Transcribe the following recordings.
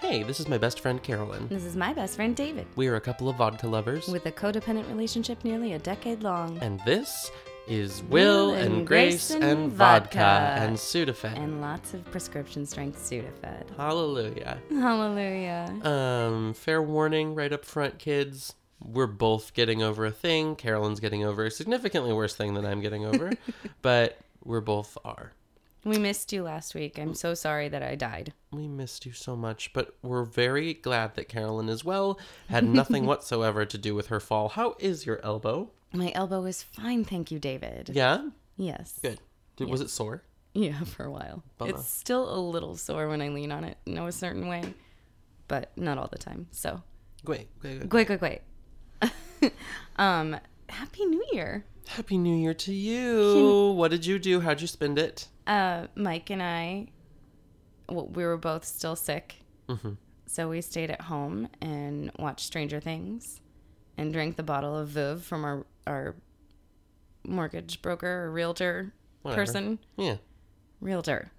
Hey, this is my best friend Carolyn. This is my best friend David, We are a couple of vodka lovers, with a codependent relationship nearly a decade long, and this is Will, and, Grace and, vodka, and Sudafed. and lots of prescription strength Sudafed. Hallelujah. Hallelujah. Um, fair warning right up front, kids. We're both getting over a thing. Carolyn's getting over a significantly worse thing than I'm getting over, but we're both are. We missed you last week. I'm so sorry that I died. We missed you so much, but we're very glad that Carolyn is well. Had nothing whatsoever to do with her fall. How is your elbow? My elbow is fine, thank you, David. Yeah? Yes. Good. Did, Was it sore? Yeah, for a while. Bummer. It's still a little sore when I lean on it in a certain way, but not all the time. So, Great, great, great. wait, wait, wait. um, Happy New Year. Happy New Year to you. What did you do? How'd you spend it? uh, Mike and I, well, we were both still sick. Mm-hmm. So we stayed at home and watched Stranger Things and drank the bottle of Viv from our, our mortgage broker or realtor Whatever. person. Yeah. Realtor.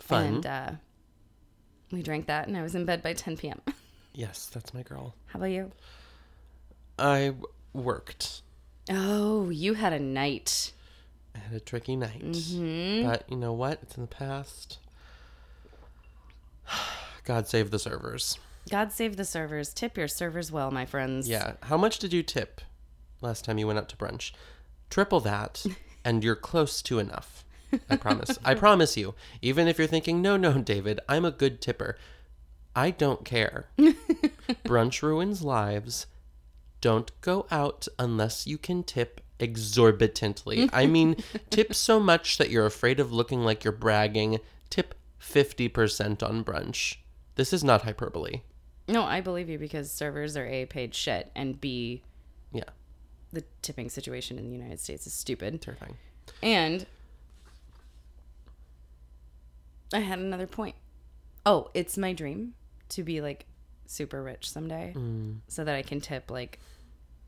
Fun. And uh, we drank that and I was in bed by 10 p.m. yes, that's my girl. How about you? I w- worked. Oh, you had a night. I had a tricky night. Mm-hmm. But you know what? It's in the past. God save the servers. God save the servers. Tip your servers well, my friends. Yeah. How much did you tip last time you went out to brunch? Triple that, and you're close to enough. I promise. I promise you. Even if you're thinking, no, no, David, I'm a good tipper. I don't care. brunch ruins lives. Don't go out unless you can tip exorbitantly. I mean, tip so much that you're afraid of looking like you're bragging. Tip 50% on brunch. This is not hyperbole. No, I believe you because servers are A, paid shit, and B, Yeah, the tipping situation in the United States is stupid. terrifying. And I had another point. Oh, it's my dream to be like super rich someday so that I can tip like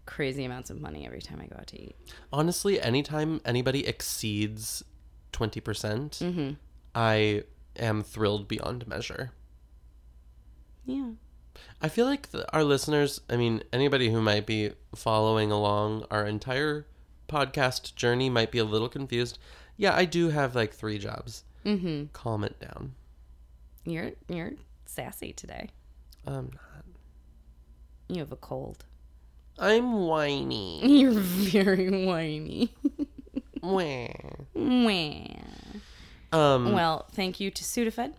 crazy amounts of money every time I go out to eat. Honestly, anytime anybody exceeds 20%, percent Mm. I am thrilled beyond measure. Yeah. I feel like the, our listeners, I mean, anybody who might be following along our entire podcast journey might be a little confused. Yeah, I do have like three jobs. Mm-hmm. Calm it down. You're you're sassy today. I'm not. You have a cold. I'm whiny. You're very whiny. Wah. Wah. um, well, thank you to Sudafed.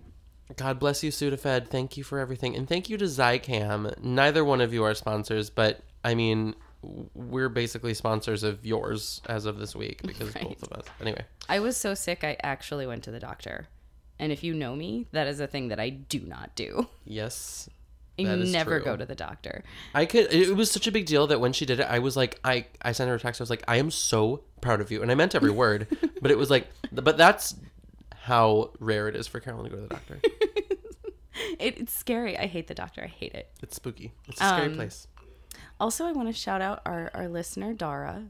God bless you, Sudafed. Thank you for everything. And thank you to Zycam. Neither one of you are sponsors, but I mean, w- we're basically sponsors of yours as of this week because both of us. Anyway, I was so sick, I actually went to the doctor. And if you know me, that is a thing that I do not do. yes. I That is never true. go to the doctor. I could. It was such a big deal that when she did it, I was like, I, I sent her a text. I was like, I am so proud of you, and I meant every word. but it was like, but that's how rare it is for Carolyn to go to the doctor. It, it's scary. I hate the doctor. I hate it. It's spooky. It's a scary place. Also, I want to shout out our, our listener, Dara.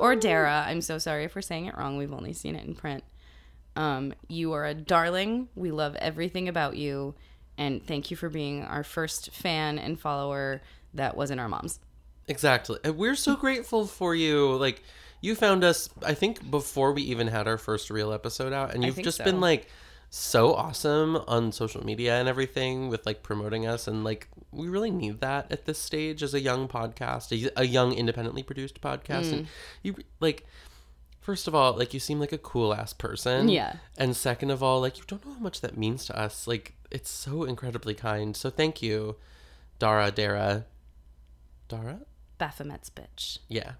Or Dara. I'm so sorry if we're saying it wrong. We've only seen it in print. Um, you are a darling. We love everything about you. And thank you for being our first fan and follower that wasn't our mom's. Exactly. And we're so grateful for you. Like, you found us, I think, before we even had our first real episode out. And you've think just so. been, like, so awesome on social media and everything with, like, promoting us. And, like, we really need that at this stage as a young podcast, a, a young independently produced podcast. Mm. And you, like, first of all, like, you seem like a cool ass person. Yeah. And second of all, like, you don't know how much that means to us. Like, it's so incredibly kind. So thank you, Dara, Dara. Dara? Baphomet's bitch Yeah.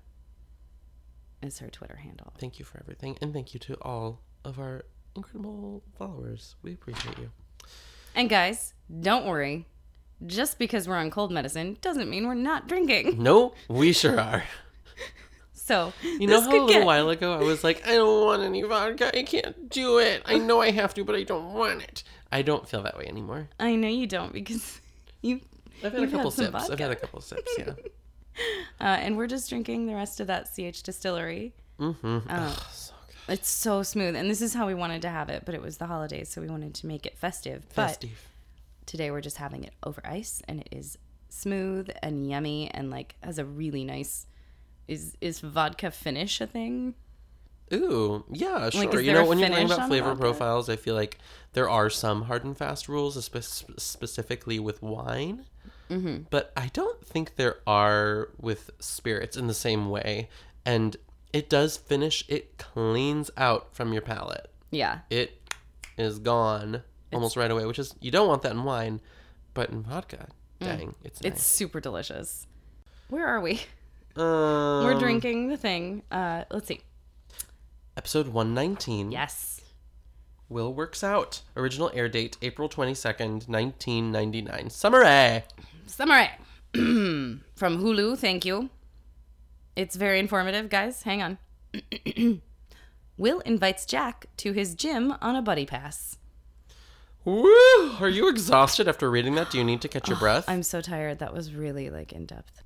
is her Twitter handle. Thank you for everything. And thank you to all of our incredible followers. We appreciate you. And guys, don't worry. Just because we're on cold medicine doesn't mean we're not drinking. No, we sure are. So You this know how a could little get while ago I was like, I don't want any vodka. I can't do it. I know I have to, but I don't want it. I don't feel that way anymore. I know you don't because you. I've had You've a couple had some sips. I've vodka. had a couple sips, yeah. Uh, and we're just drinking the rest of that CH distillery. Mm-hmm. Um, Ugh, so good. It's so smooth, and this is how we wanted to have it, but it was the holidays, so we wanted to make it festive. But Festive. Today we're just having it over ice and it is smooth and yummy and like has a really nice is is vodka finish a thing? Ooh, yeah, sure. is you there know, a when you're talking finish about on flavor vodka? profiles, I feel like there are some hard and fast rules, spe- specifically with wine. Mm-hmm. But I don't think there are with spirits in the same way. And it does finish, it cleans out from your palate. Yeah. It is gone almost right away, which is, you don't want that in wine, but in vodka, dang, it's Mm. It's nice. super delicious. Where are we? Um, We're drinking the thing. Uh let's see. Episode 119. Yes. Will Works Out. Original air date April 22nd, 1999. Summary. Summary from Hulu. Thank you. It's very informative, guys. Hang on. Will invites Jack to his gym on a buddy pass. Woo! Are you exhausted after reading that? Do you need to catch your breath? I'm so tired. That was really like in depth.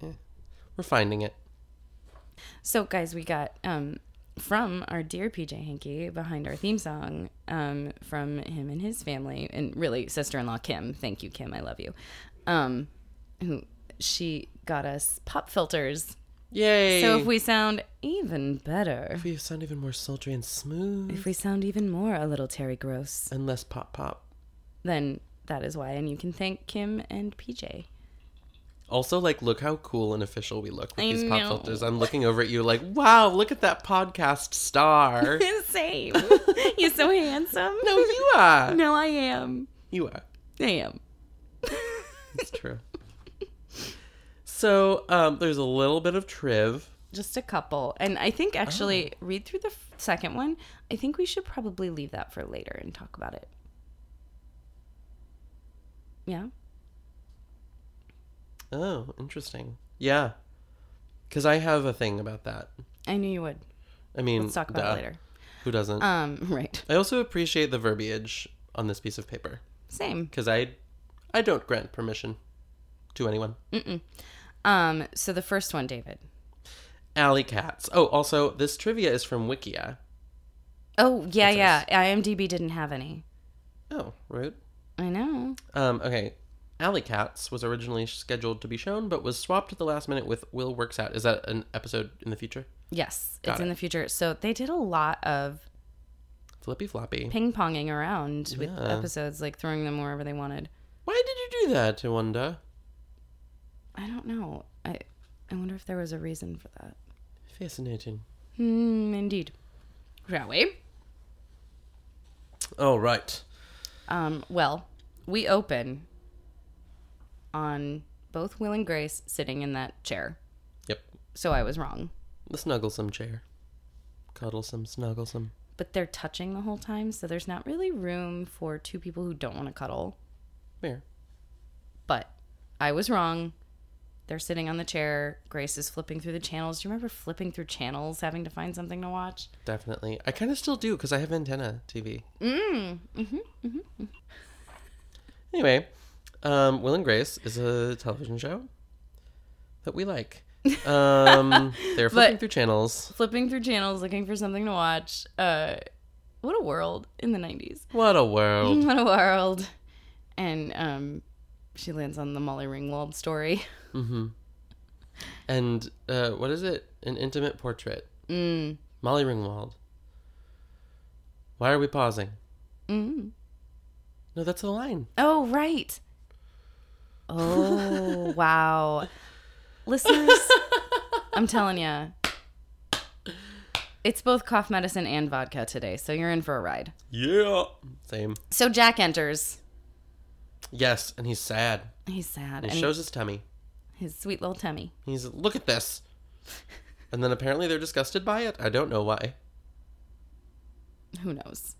We're finding it. So, guys, we got um, from our dear PJ Hinky behind our theme song um, from him and his family, and really sister in law Kim. Thank you, Kim. I love you. Um, who she got us pop filters. Yay! So if we sound even better, we sound even more sultry and smooth if we sound even more a little Terry Gross, and less pop pop. then that is why. And you can thank Kim and PJ. Also, like, look how cool and official we look with I these know. pop filters. I'm looking over at you like, wow, look at that podcast star. Same. You're so handsome. no, you are. no, I am. You are. I am. It's true. so, um, there's a little bit of triv. Just a couple. And I think actually, read through the f- second one. I think we should probably leave that for later and talk about it. Yeah. Oh, interesting. Yeah. Because I have a thing about that. I knew you would. I mean, Let's talk about duh, it later. Who doesn't? Um, right. I also appreciate the verbiage on this piece of paper Same. because I, I don't grant permission to anyone. Um, so the first one, David. Alley cats. Oh, also, this trivia is from Wikia. Oh, yeah, yeah. IMDb didn't have any. Oh, rude. I know. Um, okay. Alley Cats was originally scheduled to be shown, but was swapped at the last minute with Will Works Out. Is that an episode in the future? Yes, Got it's it. in the future. So they did a lot of Flippy floppy. ping ponging around with Yeah. episodes, like throwing them wherever they wanted. Why did you do that, I wonder? I don't know. I I wonder if there was a reason for that. Fascinating. Hmm, indeed. Shall we? Oh, right. Um, well, we open on both Will and Grace sitting in that chair. Yep. So I was wrong. The snugglesome chair. Cuddlesome, snugglesome. But they're touching the whole time, so there's not really room for two people who don't want to cuddle. Where? But I was wrong. They're sitting on the chair. Grace is flipping through the channels. Do you remember flipping through channels, having to find something to watch? Definitely. I kind of still do because I have antenna TV. Mm. Mm-hmm. Mm-hmm. Anyway, um, Will and Grace is a television show that we like. Um, they're flipping through channels. Flipping through channels, looking for something to watch. Uh, what a world in the 90s. What a world. What a world. And um, she lands on the Molly Ringwald story. Mm-hmm. And uh, what is it? An intimate portrait. Mm. Molly Ringwald. Why are we pausing? Mm. Mm-hmm. No, that's a line. Oh, right. Oh, wow. Listeners, I'm telling you, it's both cough medicine and vodka today, so you're in for a ride. Yeah. Same. So Jack enters. Yes, and he's sad. He's sad. He and shows his tummy. his sweet little tummy. He's look at this. And then apparently they're disgusted by it. I don't know why. Who knows?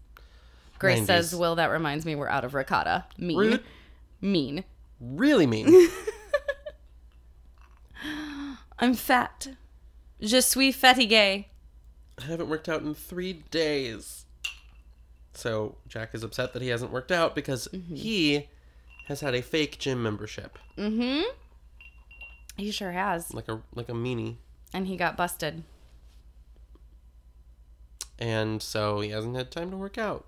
Grace says, 90s. Will, that reminds me we're out of ricotta. Mean. Rude. Mean. Really mean. I'm fat. Je suis fatigué. I haven't worked out in three days. So Jack is upset that he hasn't worked out because Mm-hmm. he has had a fake gym membership. Mm-hmm. He sure has. Like a like a meanie. And he got busted. And so he hasn't had time to work out.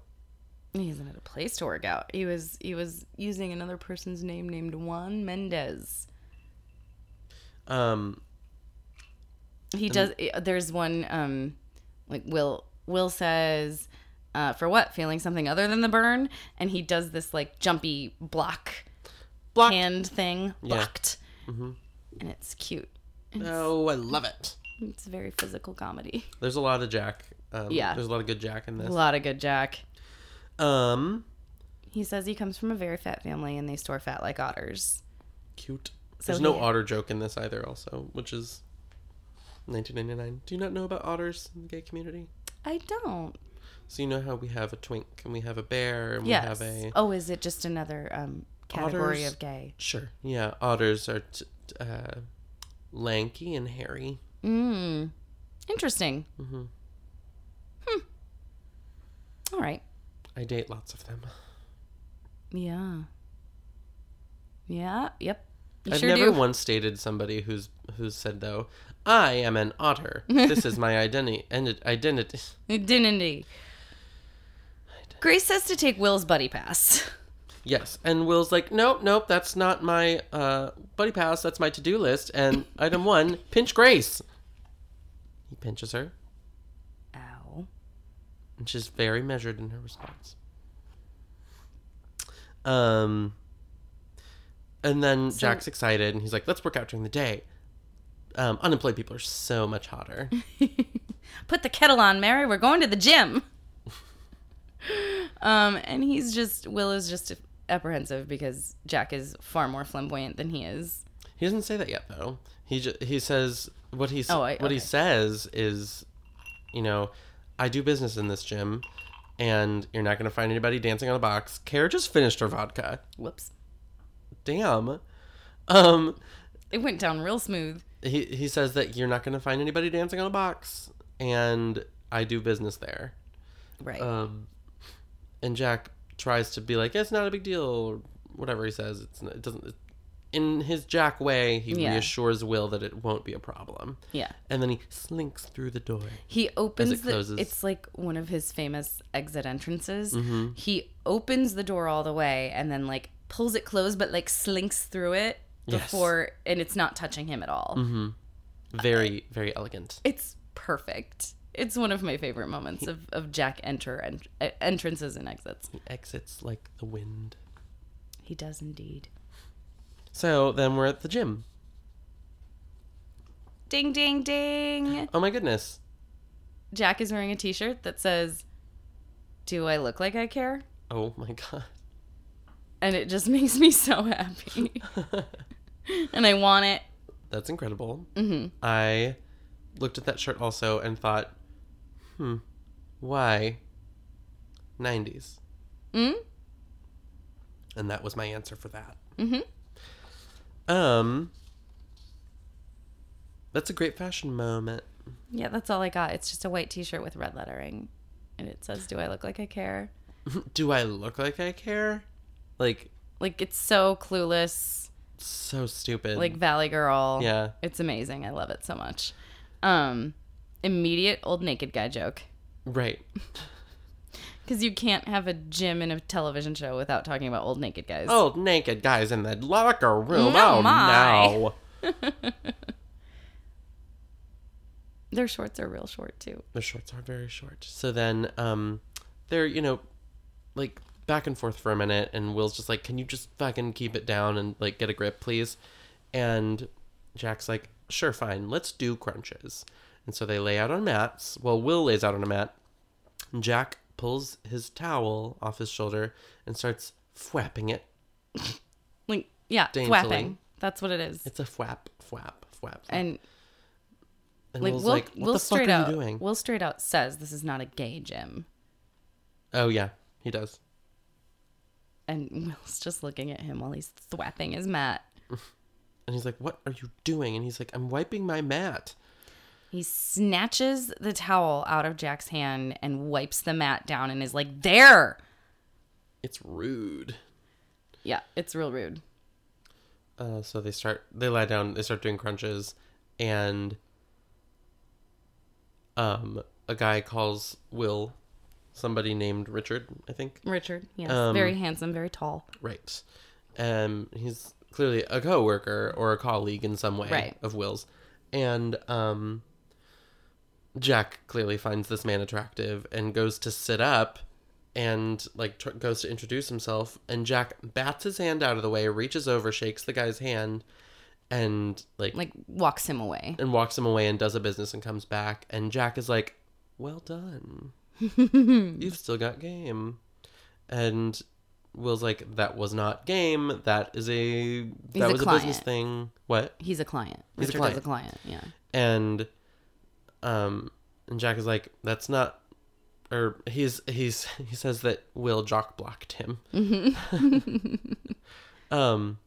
He isn't at a place to work out. He was he was using another person's name named Juan Mendez. Um, He does. eh, There's one. Um, like Will Will says, uh, for what feeling something other than the burn, and he does this like jumpy block blocked. Mm-hmm. hand thing blocked, and it's cute. Oh, I love it. It's very physical comedy. There's a lot of Jack. Um, Yeah. There's a lot of good Jack in A this. lot of good Jack. Um, He says he comes from a very fat family and they store fat like otters. cute. So There's no he- otter joke in this either, also, which is 1999. Do you not know about otters in the gay community? I don't. So you know how we have a twink and we have a bear and Yes. we have a Oh, is it just another um, category Otters. of gay? sure. Yeah, otters are t- t- uh, lanky and hairy. Mm. Interesting. Mm-hmm. Hmm. All right. I date lots of them. Yeah. Yeah. Yep. You I've sure never do. once dated somebody who's who's said though, I am an otter. This is my identity and identity. Identity. Grace says to take Will's buddy pass. Yes, and Will's like, nope, nope, that's not my uh, buddy pass. That's my to do list. And item one, pinch Grace. He pinches her, Ow. and she's very measured in her response. Um, and then Jack's excited, and he's like, let's work out during the day. Um, unemployed people are so much hotter. Put the kettle on, Mary. We're going to the gym. um, and he's just Will is just apprehensive because Jack is far more flamboyant than he is. He doesn't say that yet, though. He ju- he says what he s Oh, I- what he okay. says is, you know, I do business in this gym, and you're not gonna find anybody dancing on a box. Care just finished her vodka. Whoops. Damn. Um, It went down real smooth. he he says that you're not gonna find anybody dancing on a box, and I do business there. Right. Um, and Jack tries to be like, it's not a big deal, or whatever he says. It's not, it doesn't. It, in his Jack way, he Yeah. reassures Will that it won't be a problem. yeah. And then he slinks through the door. He opens the closes. it's like one of his famous exit entrances. Mm-hmm. He opens the door all the way and then like pulls it closed but like slinks through it Yes. Mm-hmm. before and it's not touching him at all. Very, very elegant. It's perfect. It's one of my favorite moments of, of Jack enter and entrances and exits. He exits like the wind. He does indeed. So then we're at the gym. Ding ding ding. Oh my goodness. Jack is wearing a t-shirt that says Do I look like I care? Oh my god. And it just makes me so happy. and I want it. That's incredible. Mm-hmm. I looked at that shirt also and thought, hmm, why 90s? Mm? And that was my answer for that. Mm-hmm. Um, that's a great fashion moment. Yeah, that's all I got. It's just a white t-shirt with red lettering. And it says, "Do I look like I care?" Do I look like I care? Like, Like it's so clueless, so stupid. like Valley Girl. yeah. It's amazing. I love it so much. Um immediate old naked guy joke. Right. Cuz you can't have a gym in a television show without talking about old naked guys. Old naked guys in the locker room. No, oh my. no. Their shorts are real short too. The shorts are very short. So then um they're, you know, like back and forth for a minute and Will's just like, Can you just fucking keep it down and like get a grip, please? And Jack's like, Sure, fine, let's do crunches. And so they lay out on mats. Well, Will lays out on a mat. And Jack pulls his towel off his shoulder and starts fwapping it. Like yeah, Daintily. flapping. That's what it is. It's a fwap, fwap, fwap. fwap. and And like Will's Will, like, What Will the fuck straight are out you doing? Will straight out says this is not a gay gym. Oh yeah, he does. And Will's just looking at him while he's thwapping his mat. And he's like, "What are you doing?" And he's like, "I'm wiping my mat." He snatches the towel out of Jack's hand and wipes the mat down and is like, "There." It's rude. Yeah, it's real rude. Uh, so they start. They lie down. They start doing crunches, and um, a guy calls Will, somebody named Richard, I think. Richard, yes, Um, very handsome, very tall. Right. Um, he's clearly a coworker or a colleague in some way Right. of Will's, and um, Jack clearly finds this man attractive and goes to sit up, and like tr- goes to introduce himself, and Jack bats his hand out of the way, reaches over, shakes the guy's hand, and like Like walks him away. and walks him away and does a business and comes back and Jack is like, "Well done. You've still got game." And Will's like, "That was not game. That is a that a was a business client. thing." What? He's a client. He's a Richard is a client. Yeah. and um and Jack is like that's not or he's he's he says that Will jock blocked him. um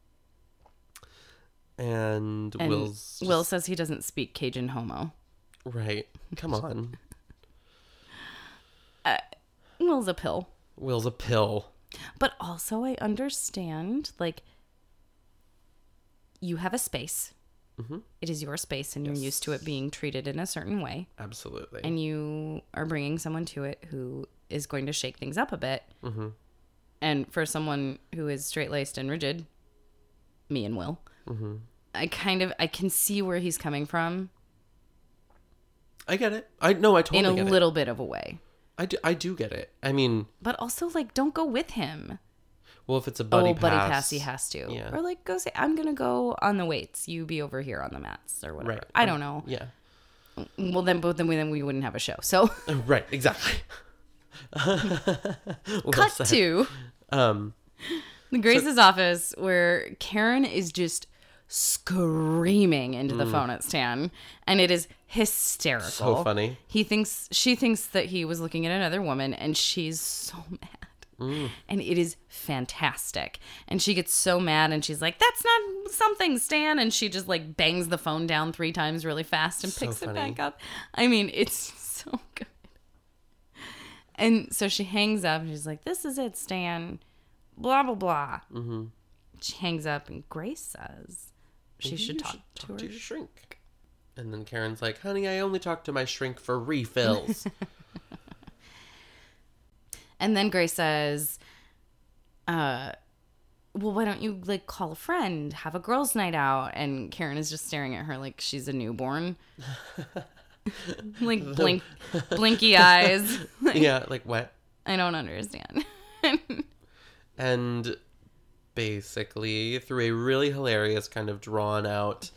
and, And Will's just- Will says he doesn't speak Cajun homo. right. Come on. Will's a pill. Will's a pill. But also, I understand, like, you have a space. Mm-hmm. It is your space, and you're used to it being treated in a certain way. Absolutely. And you are bringing someone to it who is going to shake things up a bit. Mm-hmm. And for someone who is straight laced and rigid, me and Will, Mm-hmm. I kind of I can see where he's coming from I get it. I no, Oh, I in totally a get little bit of a way. it. I do, I do get it. I mean, But also, like, don't go with him. well, if it's a buddy oh, pass, buddy pass, he has to. Yeah. Or like, go say, I'm gonna go on the weights. You be over here on the mats or whatever. Right. I don't know. Yeah, Well, then, but then we then we wouldn't have a show. So right, exactly. Well cut said. to um, the Grace's office where Karen is just screaming into the phone at Stan, and it is hysterical. Mm. so funny. He thinks she thinks that he was looking at another woman, and she's so mad. Mm. And it is fantastic. And she gets so mad, and she's like, "That's not something, Stan." And she just like bangs the phone down three times really fast and picks it funny. back up. I mean, it's so good. And so she hangs up, and she's like, "This is it, Stan." Blah blah blah. Mm-hmm. She hangs up, and Grace says she should You talk to her. to your shrink. And then Karen's like, "Honey, I only talk to my shrink for refills." And then Grace says, uh, well, why don't you like call a friend, have a girls' night out? And Karen is just staring at her like she's a newborn. like blink blinky eyes. yeah, like what? I don't understand. and basically through a really hilarious kind of drawn out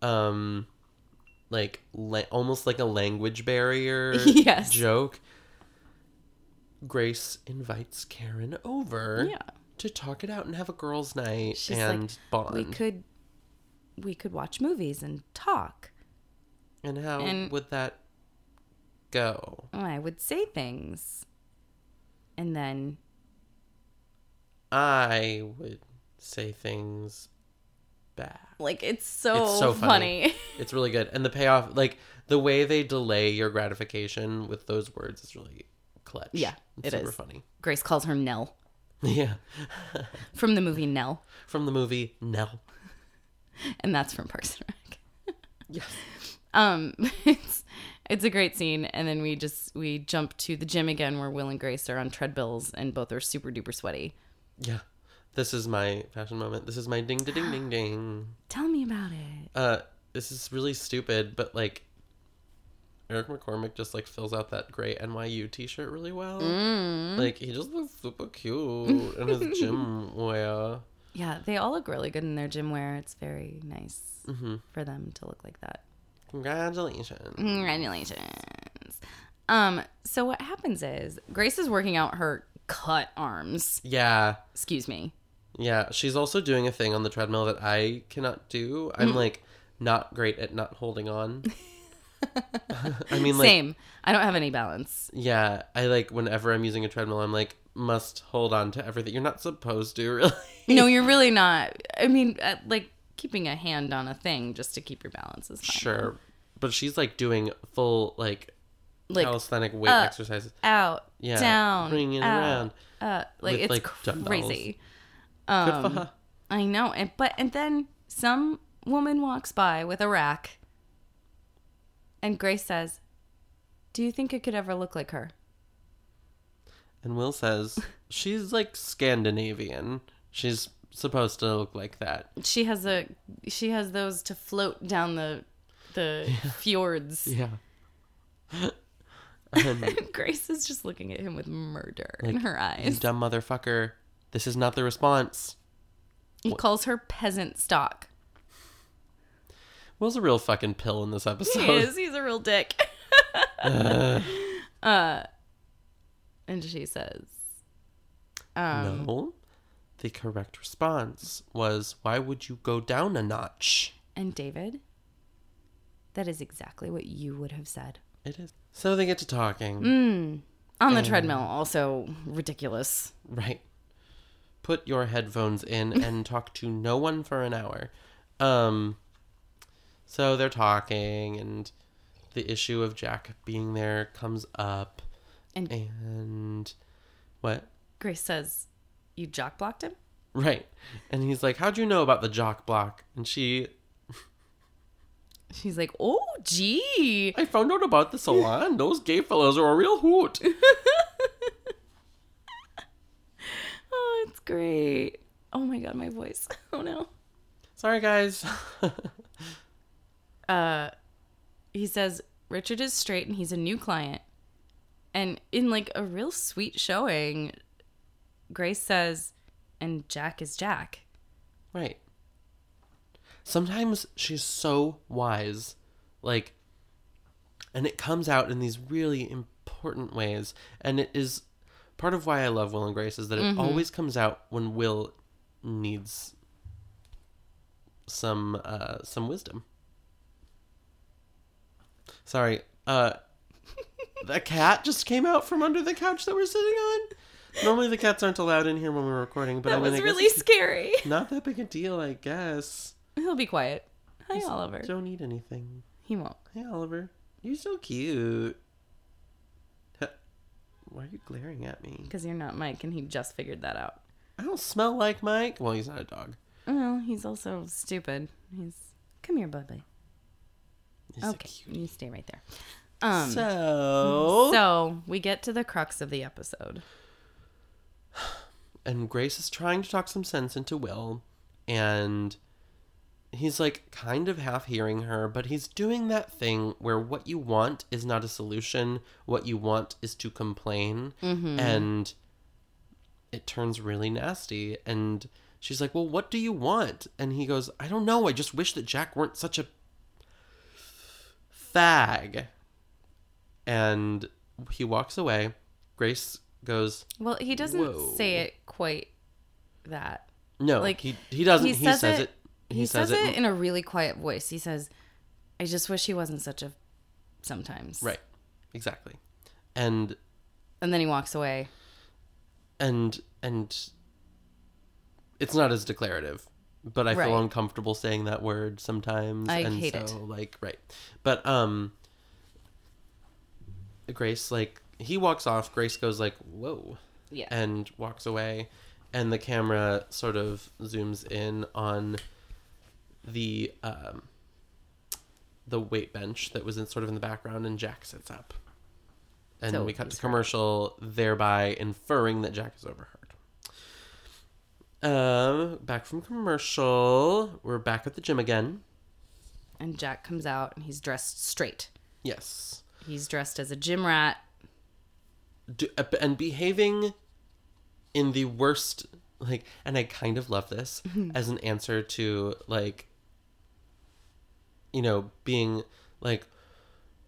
um like la- almost like a language barrier Yes. joke grace invites karen over Yeah. to talk it out and have a girls night She's like, and we bond could we could watch movies and talk. and how and- would that go I would say things. And then i would say things back like it's so, It's so funny. funny. It's really good. And the payoff, like the way they delay your gratification with those words is really clutch. Yeah, it's it super is. funny. Grace calls her Nell Yeah. from the movie Nell. From the movie Nell. and that's from Parks and Rec. Yes. Um, it's it's a great scene, and then we just we jump to the gym again, where Will and Grace are on treadmills, and both are super duper sweaty. Yeah. This is my fashion moment. This is my ding da ding ding ding. Tell me about it. Uh this is really stupid, but like Eric McCormick just like fills out that gray NYU t shirt really well. Mm. Like he just looks super cute in his gym wear. Yeah, they all look really good in their gym wear. It's very nice Mm-hmm. for them to look like that. Congratulations. Congratulations. Um, so what happens is Grace is working out her cut arms. Yeah. Excuse me. Yeah, she's also doing a thing on the treadmill that I cannot do. I'm Mm. like not great at not holding on. I mean, like, Same. I don't have any balance. yeah, I like whenever I'm using a treadmill, I'm like must hold on to everything. You're not supposed to, really. no, you're really not. I mean, uh, like keeping a hand on a thing just to keep your balance is fine. sure, but she's like doing full like, Like, calisthenic weight up, exercises. out, Yeah, down, bringing it out, around. Uh, like with, it's like, dumbbells. crazy. Um, Good for her. I know, and but and then some woman walks by with a rack, and Grace says, "Do you think it could ever look like her?" And Will says, she's like Scandinavian. She's supposed to look like that. She has a she has those to float down the the fjords. Yeah. Grace is just looking at him with murder in Like, her You eyes. dumb motherfucker. This is not the response. He calls her peasant stock. Will's a real fucking pill in this episode. He is. He's a real dick. uh, and she says, Um, No. The correct response was, why would you go down a notch? and David, that is exactly what you would have said. It is. So they get to talking. Mm. On the treadmill, also ridiculous. Right. Put your headphones in and talk to no one for an hour. Um so they're talking and the issue of Jack being there comes up And- and what? Grace says, You jock blocked him? Right. And he's like, How'd you know about the jock block? And she She's like, Oh, gee. I found out about the salon. Those gay fellows are a real hoot. Oh, it's great. Oh my God, my voice. Oh no. Sorry guys. He says, Richard is straight and he's a new client. And in like a real sweet showing, Grace says, And Jack is Jack. Right. Sometimes she's so wise, like, and it comes out in these really important ways. And it is part of why I love Will and Grace is that Mm-hmm. it always comes out when Will needs some uh, some wisdom. Sorry, uh, the cat just came out from under the couch that we're sitting on. Normally the cats aren't allowed in here when we're recording, but That I mean, was I guess really scary. not that big a deal, I guess. He'll be quiet. Hi, Oliver. Don't eat anything. He won't. Hey, Oliver. You're so cute. Huh. Why are you glaring at me? Because you're not Mike and he just figured that out. I don't smell like Mike. Well, he's not a dog. Well, he's also stupid. He's. Come here, Bubby. He's so Okay. cute. Oh. You stay right there. Um, So... so we get to the crux of the episode. and Grace is trying to talk some sense into Will, and he's like kind of half hearing her, but he's doing that thing where what you want is not a solution, what you want is to complain, and it turns really nasty. And she's like, Well, what do you want? And he goes, I don't know. I just wish that Jack weren't such a fag. And he walks away. Grace goes, Well, he doesn't Whoa. say it quite that. No, Like, like he he doesn't. he He says says, it- it, He, says, it in a really quiet voice. He says, "I just wish he wasn't such a sometimes." right, exactly, and And then he walks away. and and it's not as declarative, but I feel Right. uncomfortable saying that word sometimes. I and hate so, it. Like right, but um, Grace like he walks off. Grace goes like whoa, Yeah. and walks away, and the camera sort of zooms in on the um the weight bench that was in sort of in the background, and Jack sits up, and So we cut he's to commercial, thereby inferring that Jack is overheard. Um, back from commercial, we're back at the gym again. and Jack comes out and he's dressed straight. Yes, He's dressed as a gym rat. do, uh, and behaving in the worst like and i kind of love this as an answer to like you know being like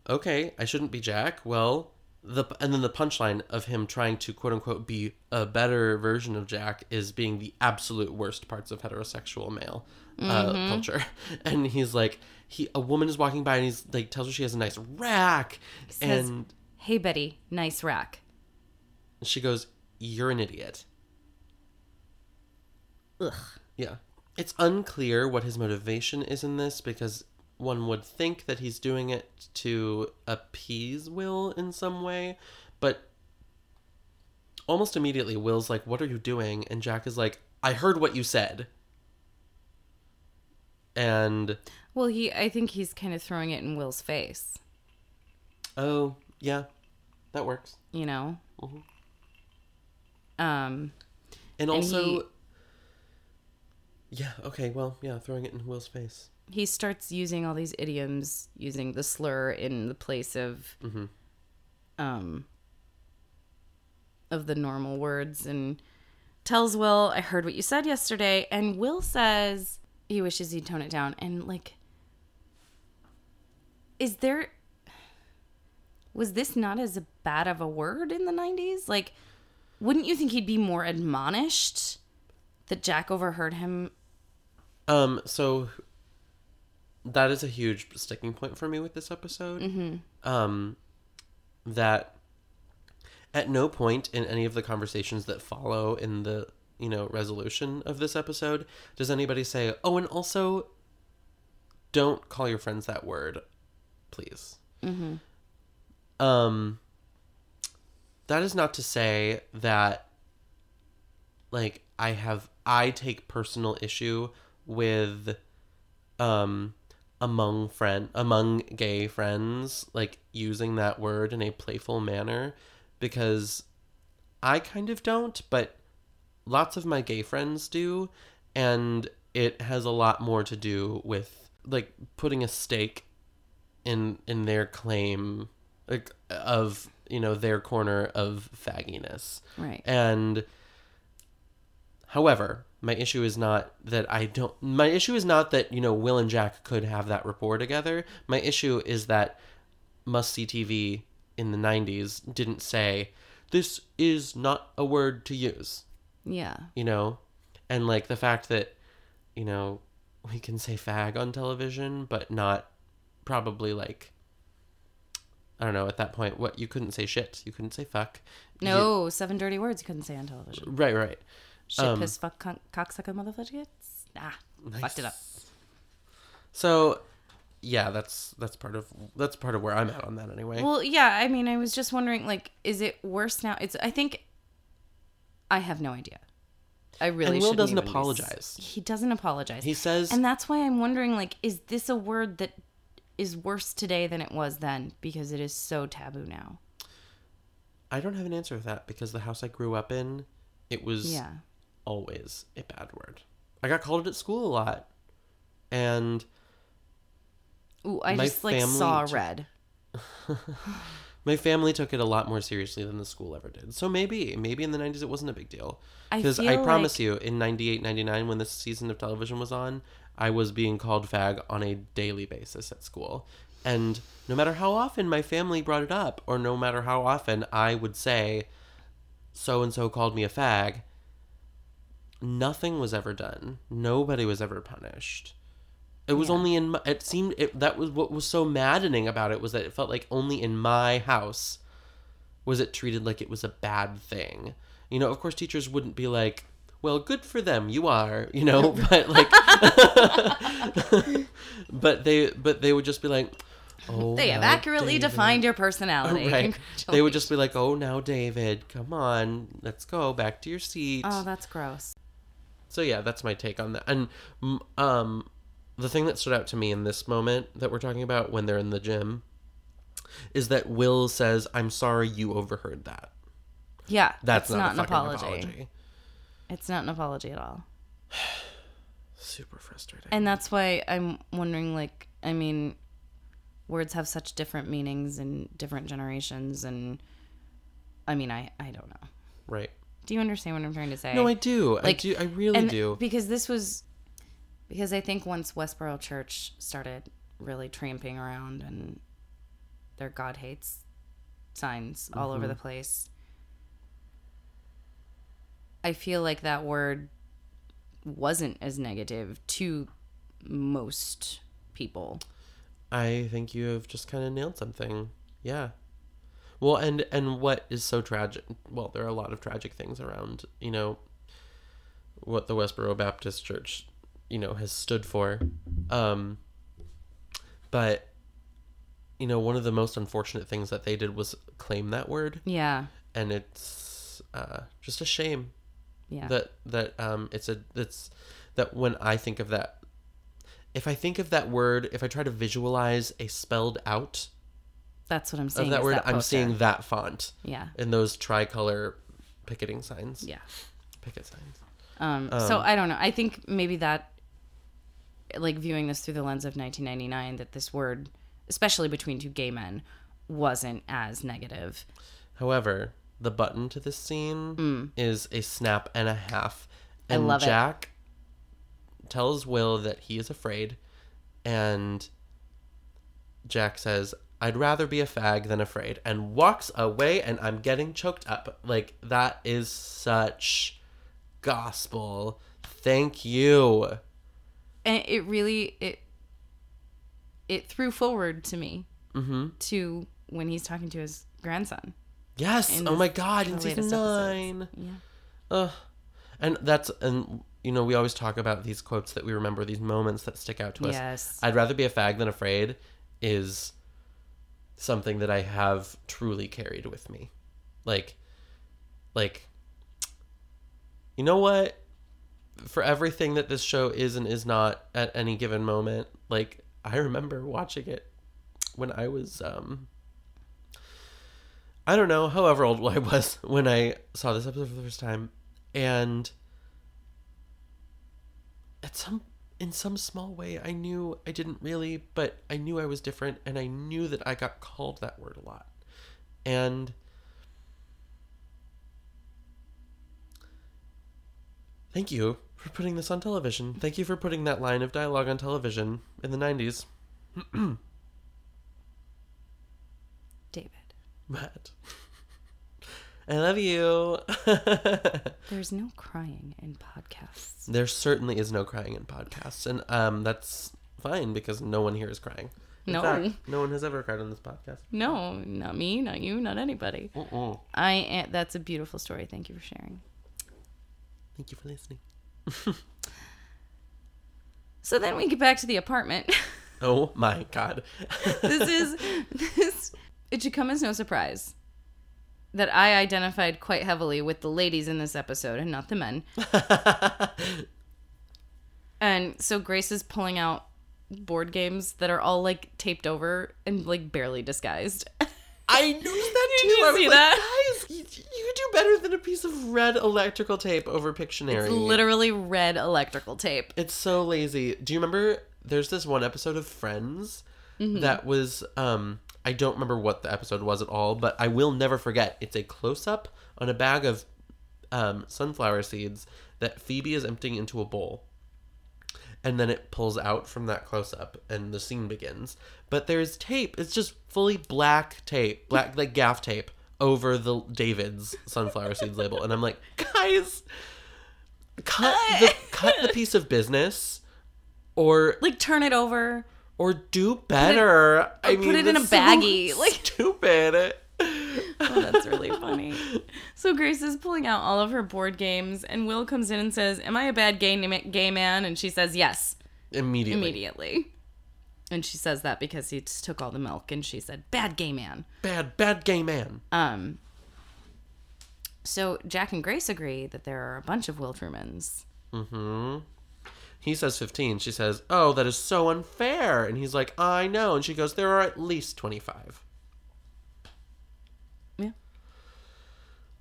okay i shouldn't be jack well the and then the punchline of him trying to quote unquote be a better version of jack is being the absolute worst parts of heterosexual male uh, culture and he's like he a woman is walking by and he's like tells her she has a nice rack says- and Hey, Betty, nice rack. she goes, You're an idiot. Ugh. Yeah. It's unclear what his motivation is in this because one would think that he's doing it to appease Will in some way, but almost immediately Will's like, What are you doing? And Jack is like, I heard what you said. And Well, he. I think he's kind of throwing it in Will's face. oh, yeah, that works. You know. Um, And And also, he- yeah, okay, well, yeah, throwing it in Will's face. he starts using all these idioms, using the slur in the place of, um, of the normal words, and tells Will, "I heard what you said yesterday." And Will says he wishes he'd tone it down. And like, is there? Was this not as bad of a word in the '90s? Like, wouldn't you think he'd be more admonished that Jack overheard him? Um, so that is a huge sticking point for me with this episode. Mm-hmm. Um, that at no point in any of the conversations that follow in the you know resolution of this episode does anybody say, "Oh, and also, don't call your friends that word, please." Mm-hmm. Um, that is not to say that like I have I take personal issue with um among friend among gay friends like using that word in a playful manner because I kind of don't but lots of my gay friends do and it has a lot more to do with like putting a stake in in their claim like of you know their corner of fagginess Right. and however, my issue is not that I don't my issue is not that, you know, Will and Jack could have that rapport together. My issue is that must see TV in the 90s didn't say this is not a word to use, Yeah. you know? And like the fact that, you know, we can say fag on television, but not probably like I don't know, at that point what you couldn't say shit, you couldn't say fuck. You- No, seven dirty words you couldn't say on television. right, right. Shit, Um, piss, fuck, con- cocksucker, motherfucker. Nah, fucked it up. So, yeah, that's that's part of that's part of where I'm at on that anyway. Well, yeah. I mean, I was just wondering, like, is it worse now? It's. I think. I have no idea. I really. And Will shouldn't doesn't even be s- apologize. He doesn't apologize. he says, and that's why I'm wondering, like, is this a word that is worse today than it was then because it is so taboo now? I don't have an answer for that because the house I grew up in, it was Yeah. always a bad word. I got called it at school a lot, and Ooh, I My just like family saw just- red. my family took it a lot more seriously than the school ever did. So maybe, maybe in the 90s it wasn't a big deal. I Because I, feel promise like- you, in 98, 99, when this season of television was on, I was being called fag on a daily basis at school. And no matter how often my family brought it up, or no matter how often I would say, so and so called me a fag, nothing was ever done. Nobody was ever punished. It was only in my, it seemed it that was what was so maddening about it was that it felt like only in my house was it treated like it was a bad thing. You know, of course teachers wouldn't be like, "Well, good for them, you are," you know, but like but they but they would just be like, "Oh, They have now, accurately David." defined your personality. Right. They would just be like, "Oh, now David, come on, let's go back to your seat." Oh, that's gross. so yeah, that's my take on that. And mm, um, the thing that stood out to me in this moment that we're talking about when they're in the gym is that Will says, "I'm sorry you overheard that." Yeah, That's it's not, not, a an fucking apology. apology. It's not an apology at all. Super frustrating. And that's why I'm wondering like, I mean, words have such different meanings in different generations and I mean, I I don't know. right. Do you understand what I'm trying to say? No, I do. like- I do. I really and do. Because this was because I think once Westboro Church started really tramping around and their God hates signs all Mm-hmm. over the place, I feel like that word wasn't as negative to most people. I think you have just kind of nailed something. Yeah. Well, and and what is so tragic? Well, there are a lot of tragic things around, you know, what the Westboro Baptist Church, you know, has stood for. Um but you know, one of the most unfortunate things that they did was claim that word, Yeah. and it's uh just a shame Yeah. that that um it's a that's that when i think of that if i think of that word if i try to visualize a spelled out That's what I'm of saying. that is word i'm poster. seeing that font Yeah. and those tricolor picketing signs. Yeah. Picket signs. Um, Oh. so I don't know. I think maybe that, like viewing this through the lens of 1999, that this word, especially between two gay men, wasn't as negative. However, the button to this scene is a snap and a half. And Mm. love it. Jack tells Will that he is afraid, and Jack says, I'd rather be a fag than afraid, and walks away, and I'm getting choked up. Like, that is such gospel. Thank you. and it really it it threw forward to me Mm-hmm. to when he's talking to his grandson Yes. In oh the- my God. In the season latest episodes. nine. yeah Ugh. And that's and you know we always talk about these quotes that we remember, these moments that stick out to us. Yes. I'd rather be a fag than afraid is something that I have truly carried with me. Like, like, you know what? For everything that this show is and is not at any given moment, like I remember watching it when I was um I don't know, however old I was when I saw this episode for the first time, and at some in some small way I knew I didn't really, but I knew I was different and I knew that I got called that word a lot. And thank you for putting this on television. Thank you for putting that line of dialogue on television in the 90s. david Matt. I love you. there's no crying in podcasts there certainly is no crying in podcasts, and um, that's fine because no one here is crying. In No. fact, no one has ever cried on this podcast. no not me not you not anybody Mm-mm. i am, that's a beautiful story thank you for sharing Thank you for listening. so then we get back to the apartment Oh my god. this is this it should come as no surprise that i identified quite heavily with the ladies in this episode and not the men and so grace is pulling out board games that are all like taped over and like barely disguised I noticed that too. Did you I was see like, that? guys, you, you do better than a piece of red electrical tape over Pictionary. it's literally red electrical tape It's so lazy. Do you remember there's this one episode of Friends that was um I don't remember what the episode was at all, but I will never forget. It's a close up on a bag of um, sunflower seeds that Phoebe is emptying into a bowl. And then it pulls out from that close up and the scene begins. But there's tape. It's just fully black tape, black like gaff tape over the David's sunflower seeds label. And I'm like, guys, cut the cut the piece of business or like turn it over or do better. I put mean, it in a that's so baggie, like- stupid. oh, that's really funny so grace is pulling out all of her board games and will comes in and says am i a bad gay, gay man and she says yes Immediately. immediately. And she says that because he just took all the milk and she said, bad gay man. Bad, bad gay man. Um, so Jack and Grace agree that there are a bunch of Wilfermans. Hmm? He says 15. She says, Oh, that is so unfair. And he's like, I know. And she goes, There are at least 25. Yeah.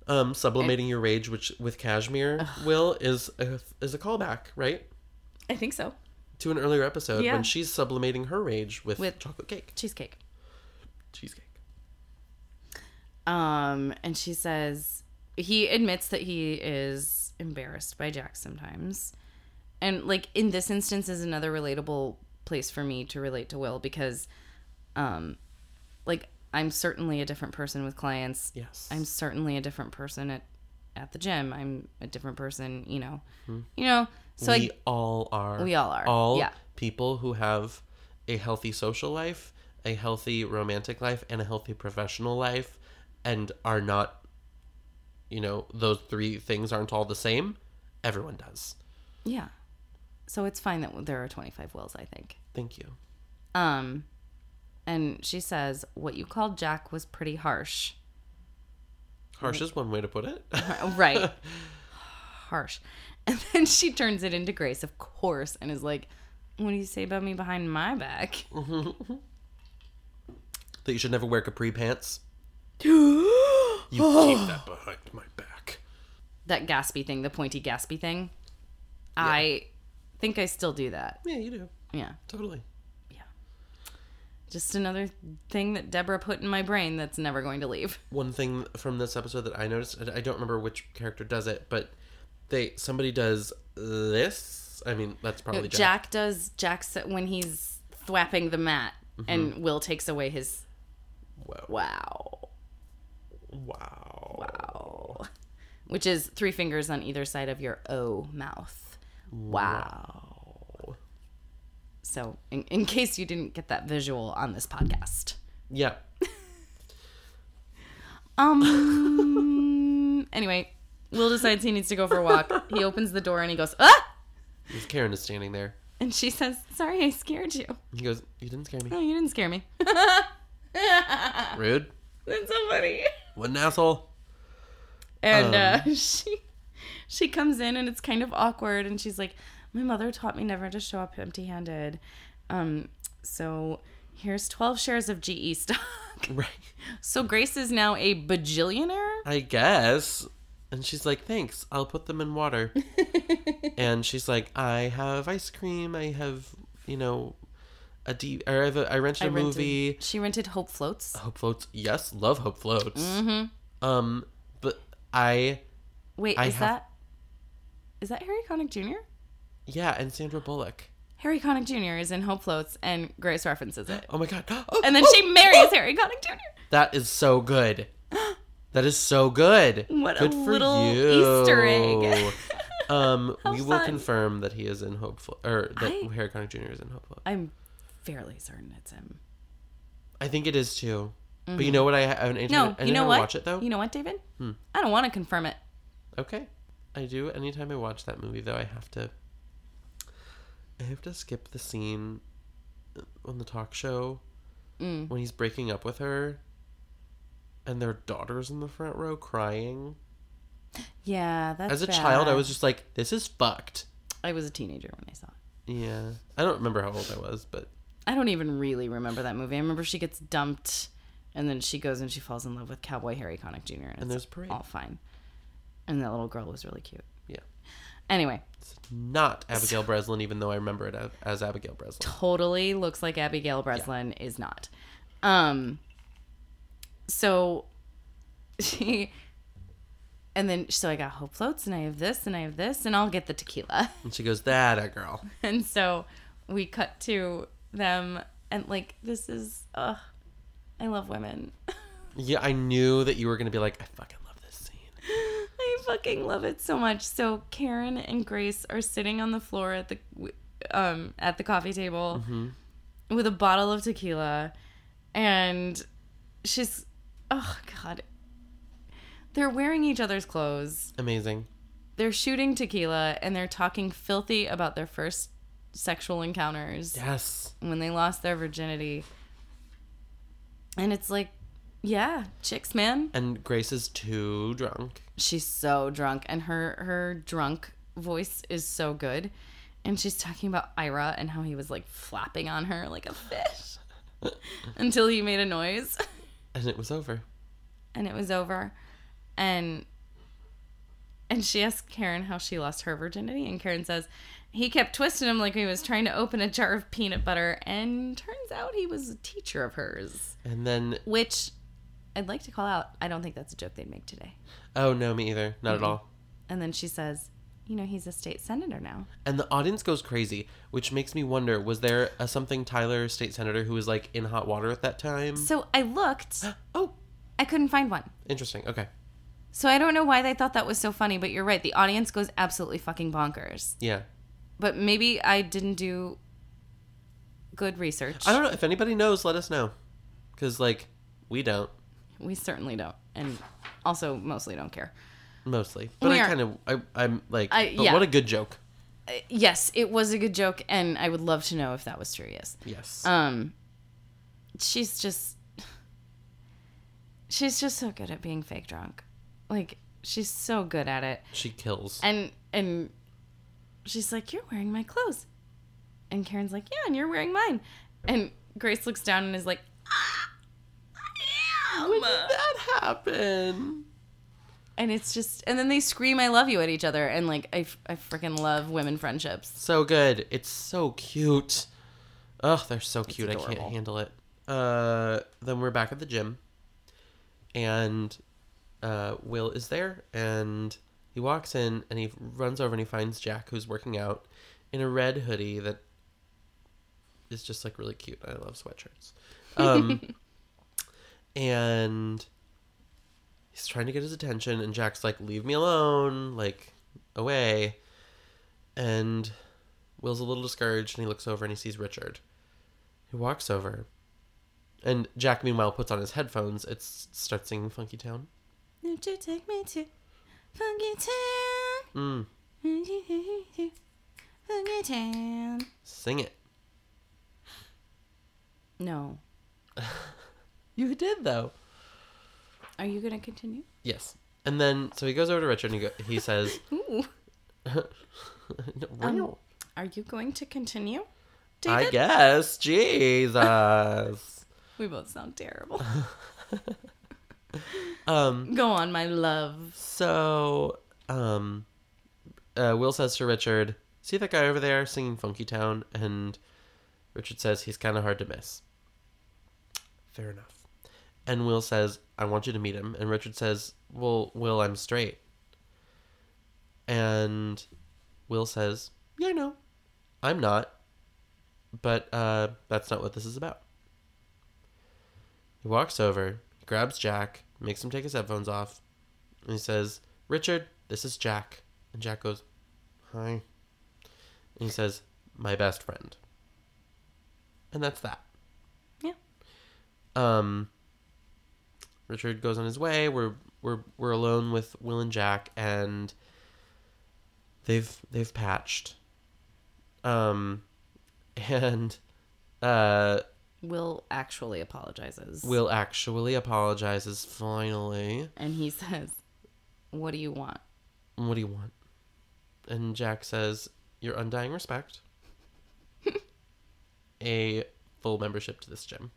Um, sublimating your rage which with cashmere will is a, is a callback, right? I think so. To an earlier episode Yeah. when she's sublimating her rage with, With- chocolate cake, Cheesecake. cheesecake. Um, and she says he admits that he is embarrassed by Jack sometimes. And like in this instance is another relatable place for me to relate to Will because um like I'm certainly a different person with clients. Yes. I'm certainly a different person at at the gym. I'm a different person, you know. You know, so Hmm. we all are. We all are, All yeah. people who have a healthy social life, a healthy romantic life, and a healthy professional life, and are not, you know, those three things aren't all the same. Everyone does. I yeah. So it's fine that there are 25 wills, I think. Thank you. Um and she says what you called Jack was pretty harsh. Harsh is one way to put it. Uh-huh. Right. Harsh. And then she turns it into Grace, of course, and is like, What do you say about me behind my back? that you should never wear capri pants. Who You keep that behind my back. that gaspy thing, the pointy gaspy thing. I think I still do that. Yeah, you do. Yeah. Totally. Just another thing that Deborah put in my brain that's never going to leave. One thing from this episode that I noticed, and I don't remember which character does it, but they somebody does this. I mean, that's probably Jack. Jack. does Jack's when he's thwapping the mat and Will takes away his Whoa. wow. Wow. Wow. Which is three fingers on either side of your O mouth. Wow. So, in, in case you didn't get that visual on this podcast, Yeah. um. anyway, Will decides he needs to go for a walk. He opens the door and he goes, ah! Because Karen is standing there. And she says, sorry, I scared you. He goes, You didn't scare me. No, you didn't scare me. Rude. That's so funny. What an asshole. Um. and uh, she she comes in and it's kind of awkward and she's like my mother taught me never to show up empty handed um so here's 12 shares of ge stock Right. so grace is now a bajillionaire I guess. And she's like, Thanks. I'll put them in water. and she's like, I have ice cream. I have, you know, a D. Or I, have a, I rented a movie. Oh. rented, she rented hope floats Hope floats. Yes, love hope floats. Mm-hmm. Um, but I wait I is have- that is that harry connick jr yeah, and Sandra Bullock. harry connick jr is in hope floats and grace references it Oh my god. and then she marries harry connick jr that is so good. That is so good. What a good for little Easter egg. you. um, we will fun. confirm that he is in Hope Float, or that I- Harry Connick Jr. is in Hope Float. i'm fairly certain it's him I think it is too. But you know what? I, I, I, didn't- Mm-hmm. no I you didn't know ever what watch it though. Hmm. you know what david i don't want to confirm it Okay. I do anytime I watch that movie though I have to I have to skip the scene on the talk show Mm. when he's breaking up with her and their daughters in the front row crying. Yeah, that's As a bad. child I was just like this is fucked. I was a teenager when I saw it. Yeah. I don't remember how old I was, but I don't even really remember that movie. I remember she gets dumped, and then she goes and she falls in love with Cowboy Harry Connick Jr. And, and it's there's parade. all fine. And that little girl was really cute. Yeah. Anyway, It's not Abigail Breslin even though I remember it as, as Abigail Breslin. totally looks like Abigail Breslin is not. Um. So, she, and then so I got hope floats, and I have this, and I have this, and I'll get the tequila. And she goes, "That a girl." and so we cut to them and like this is ugh i love women Yeah, I knew that you were going to be like, "I fucking love this scene." i fucking love it so much so karen and grace are sitting on the floor at the um at the coffee table with a bottle of tequila and she's oh god they're wearing each other's clothes Amazing. they're shooting tequila and they're talking filthy about their first sexual encounters Yes. when they lost their virginity. And it's like, yeah, chicks, man. and Grace is too drunk. She's so drunk, and her her drunk voice is so good. And she's talking about Ira and how he was like flapping on her like a fish until he made a noise, And it was over. and it was over. And and she asked Karen how she lost her virginity, and Karen says he kept twisting him like he was trying to open a jar of peanut butter, and turns out he was a teacher of hers. And then, which I'd like to call out. I don't think that's a joke they'd make today. oh no, me either. Not at all. And then she says, "You know, he's a state senator now." And the audience goes crazy, which makes me wonder was there a something Tyler, state senator, who was like in hot water at that time? So I looked. Oh, I couldn't find one. interesting. Okay. So I don't know why they thought that was so funny, but you're right. The audience goes absolutely fucking bonkers. Yeah. But maybe I didn't do good research. I don't know. If anybody knows, let us know. Because, like, we don't, We certainly don't, and also mostly don't care. mostly. But We I are- kind of, I'm like, I- but yeah. what a good joke. Uh, yes, it was a good joke, and I would love to know if that was true. Yes. Yes. um she's just she's just so good at being fake drunk like she's so good at it she kills. and and she's like you're wearing my clothes and karen's like yeah and you're wearing mine and grace looks down and is like ah, I am. That happened. and it's just and then they scream i love you at each other and like i, f- I freaking love women friendships So good. It's so cute. Ugh, they're so cute. I can't adorable. handle it. Uh, then we're back at the gym, and uh, Will is there, and he walks in, and he runs over and he finds Jack, who's working out in a red hoodie that is just like really cute. I love sweatshirts. Um, and he's trying to get his attention, and Jack's like, "Leave me alone, like away." And Will's a little discouraged and he looks over and he sees Richard. He walks over. And Jack, meanwhile, puts on his headphones. It starts singing Funky Town. Don't you take me to funky town Mm, Don't you take me to funky town sing it. no You did, though. are you gonna continue Yes. And then, so he goes over to Richard and he, go- he says, Ooh. "Wow, Um, are you going to continue david I guess. Jesus. we both sound terrible um, go on my love So, um, uh, Will says to Richard, "See that guy over there singing Funky Town?" And Richard says, "He's kind of hard to miss." Fair enough. And Will says, "I want you to meet him." And Richard says, "Well, Will, I'm straight." And Will says, "Yeah, I know. I'm not. But uh, that's not what this is about." He walks over, grabs Jack, makes him take his headphones off, and he says, Richard, this is Jack. And Jack goes, Hi. And he says, My best friend. And that's that. Yeah. Um Richard goes on his way. We're we're we're alone with Will and Jack and they've they've patched. Um and uh will actually apologizes Will actually apologizes finally. and he says what do you want What do you want? And Jack says, Your undying respect, a full membership to this gym.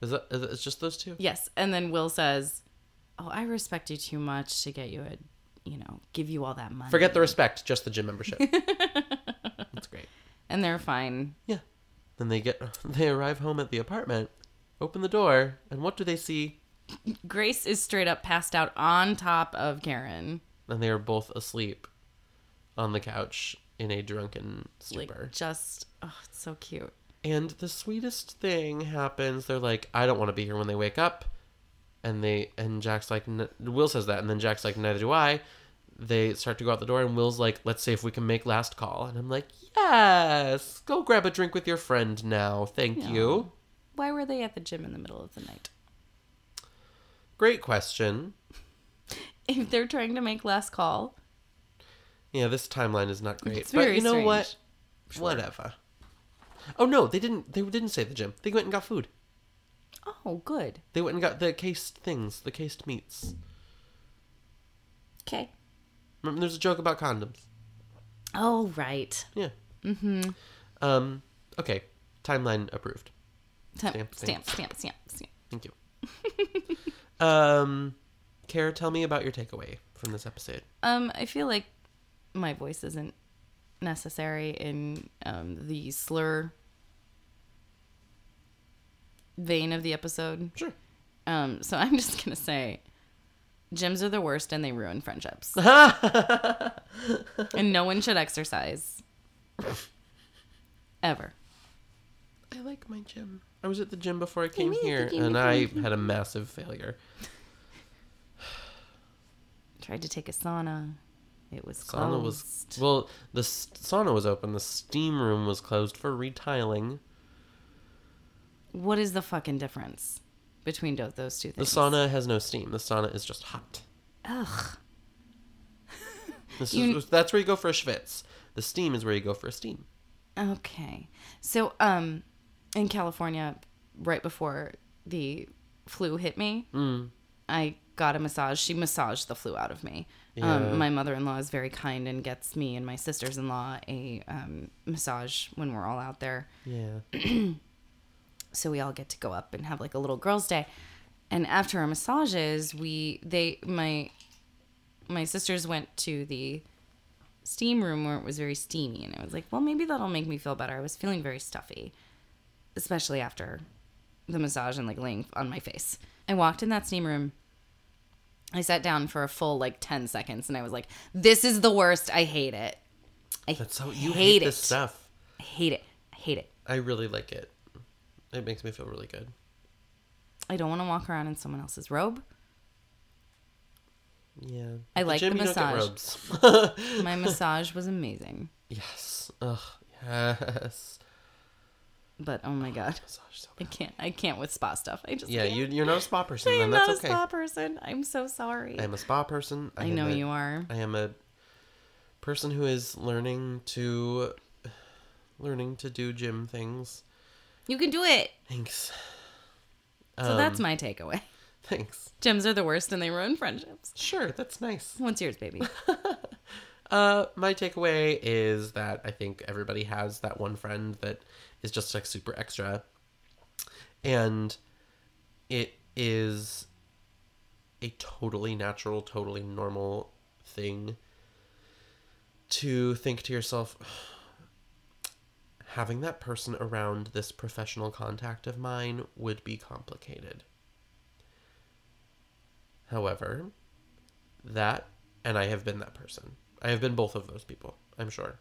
Is that is it, it's just those two? Yes, and then Will says, "Oh, I respect you too much to get you a, you know, give you all that money." Forget the respect, just the gym membership. That's great. And they're fine. Yeah. Then they get they arrive home at the apartment, open the door, and what do they see? Grace is straight up passed out on top of Karen, And they are both asleep on the couch in a drunken like stupor. just oh, it's so cute. And the sweetest thing happens. They're like, I don't want to be here when they wake up. And they and Jack's like, "N- Will says that, and then Jack's like, neither do I. They start to go out the door, and Will's like, let's see if we can make last call. And I'm like, yes, go grab a drink with your friend now. Thank Yeah. you. Why were they at the gym in the middle of the night? Great question. If they're trying to make last call, Yeah, this timeline is not great. It's but very you know strange. what? Whatever. Oh no, they didn't. They didn't say the gym. They went and got food. oh, good. They went and got the cased things, the cased meats. Okay. Remember, there's a joke about condoms. Oh, right. Yeah. Mm-hmm. Um, okay. Timeline approved. Stamp, Stamp, stamp, stamp. stamp, stamp, stamp. Thank you. um, Kara, tell me about your takeaway from this episode. Um, I feel like my voice isn't necessary in um, the slur vein of the episode. Sure. Um, so I'm just gonna say, gyms are the worst and they ruin friendships. and no one should exercise ever. I like my gym. I was at the gym before I came me at the here, gym and before I you came had a massive failure. Tried to take a sauna. It was closed. Sauna was well. The s- sauna was open. The steam room was closed for retiling. What is the fucking difference between do- those two The things? sauna has no steam. The sauna is just hot. Ugh. This You- is that's where you go for a schwitz. The steam is where you go for a steam. Okay. So, um, in California, right before the flu hit me, I got a massage. She massaged the flu out of me. Yeah. Um, my mother in law is very kind and gets me and my sisters in law a um, massage when we're all out there. Yeah. So we all get to go up and have like a little girls' day. And after our massages, we they my my sisters went to the steam room where it was very steamy and I was like, well, maybe that'll make me feel better. I was feeling very stuffy, especially after the massage and like laying on my face. I walked in that steam room. I sat down for a full like 10 seconds and I was like, this is the worst. I hate it. I That's so you hate, hate, this it. stuff. I hate it. I hate it. I really like it. It makes me feel really good. I don't want to walk around in someone else's robe. Yeah. I At like the gym, you don't get robes. My massage was amazing, yes. Ugh. Yes. but oh my god. Massage so I can't. I can't with spa stuff. I just Yeah, can't. you, you're not a spa person, I'm then that's not a okay. spa person. I'm so sorry. I am a spa person. I am know a- you are. I am a person who is learning to learning to do gym things. You can do it. Thanks. So Um, that's my takeaway. Thanks. Gyms are the worst and they ruin friendships. Sure, that's nice. What's yours, baby? Uh, my takeaway is that I think everybody has that one friend that is just like super extra, and it is a totally natural, totally normal thing to think to yourself. Having that person around this professional contact of mine would be complicated. However, that and I have been that person. I have been both of those people, I'm sure.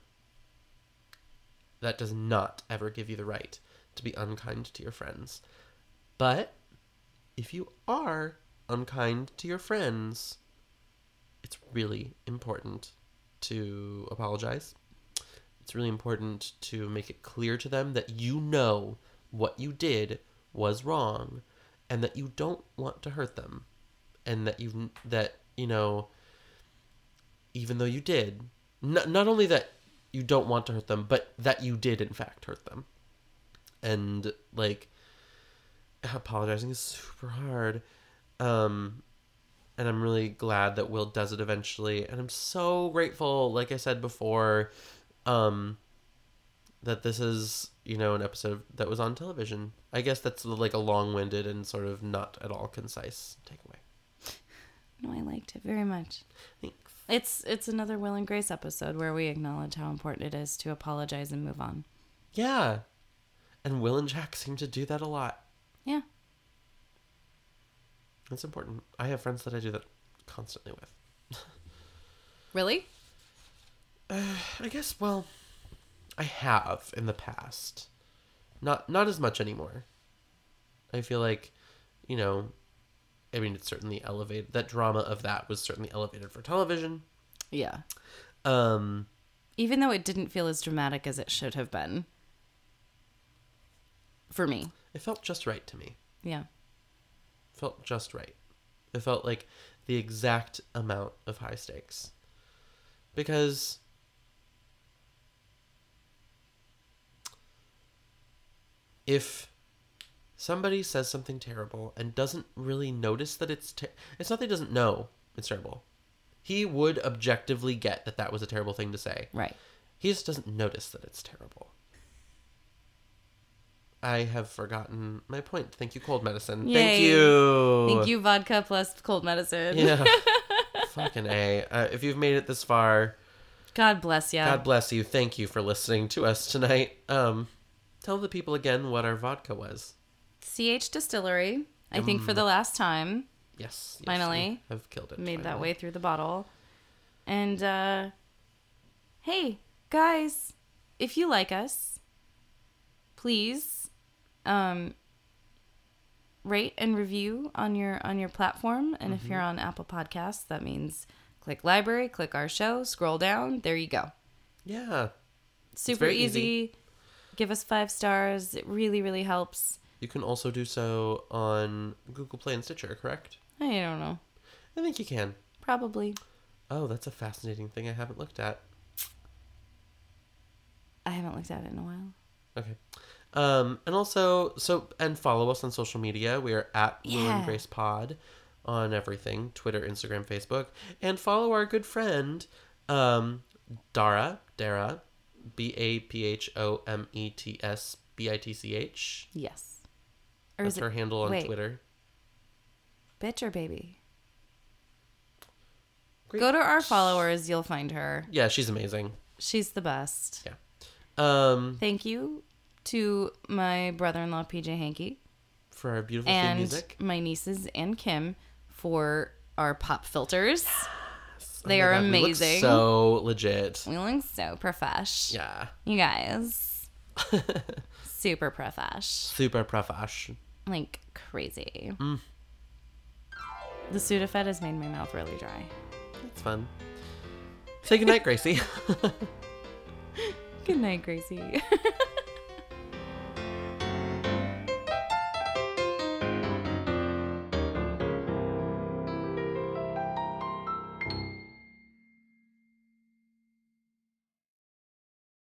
That does not ever give you the right to be unkind to your friends. But if you are unkind to your friends, it's really important to apologize. It's really important to make it clear to them that you know what you did was wrong and that you don't want to hurt them and that you that you know even though you did not, not only that you don't want to hurt them but that you did in fact hurt them and like apologizing is super hard um and i'm really glad that will does it eventually and i'm so grateful like i said before um that this is you know an episode that was on television i guess that's like a long-winded and sort of not at all concise takeaway no, I liked it very much. Thanks. It's it's another Will and Grace episode where we acknowledge how important it is to apologize and move on. Yeah. And Will and Jack seem to do that a lot. Yeah. That's important. I have friends that I do that constantly with. Really? I guess well I have in the past. Not not as much anymore. I feel like, you know, I mean it's certainly elevated that drama of that was certainly elevated for television. Yeah. Um Even though it didn't feel as dramatic as it should have been. For me. it felt just right to me. Yeah. felt just right. It felt like the exact amount of high stakes. Because if somebody says something terrible and doesn't really notice that it's ter- it's not that he doesn't know it's terrible. He would objectively get that that was a terrible thing to say. Right. He just doesn't notice that it's terrible. I have forgotten my point. Thank you, cold medicine. Thank Yay. you. Thank you, vodka plus cold medicine. Oh. Yeah. Fucking A. Uh, if you've made it this far, God bless you. God bless you. Thank you for listening to us tonight. Um, tell the people again what our vodka was. CH Distillery, I think for the Mm. last time, Yes. yes, we Finally. Have killed it. made that finally. way through the bottle. And uh hey, guys, if you like us, please um rate and review on your on your platform and Mm-hmm. if you're on Apple Podcasts, that means click library, click our show, scroll down, there you go. Yeah. Super very easy. easy. Give us 5 stars. It really really helps. You can also do so on Google Play and Stitcher, correct? I don't know. I think you can. Probably. Oh, that's a fascinating thing I haven't looked at. I haven't looked at it in a while. Okay. Um, and also, so, and follow us on social media. We are at Will Yeah. and Grace Pod on everything Twitter, Instagram, Facebook. And follow our good friend, um, Dara, Dara, B A P H O M E T S B I T C H. Yes. Or That's is it her handle on wait. Twitter. bitch or baby? Great. Go to our followers, you'll find her. Yeah, she's amazing. She's the best. Yeah. Um, Thank you to my brother in law, PJ Hankey, for our beautiful theme and music. my nieces and Kim for our pop filters. Oh They my are God, we look amazing. so legit. We look so profesh. Yeah. You guys. Super profesh. Super profash. Like crazy. The Sudafed has made my mouth really dry. It's fun. Say goodnight, Gracie. Good night, Gracie.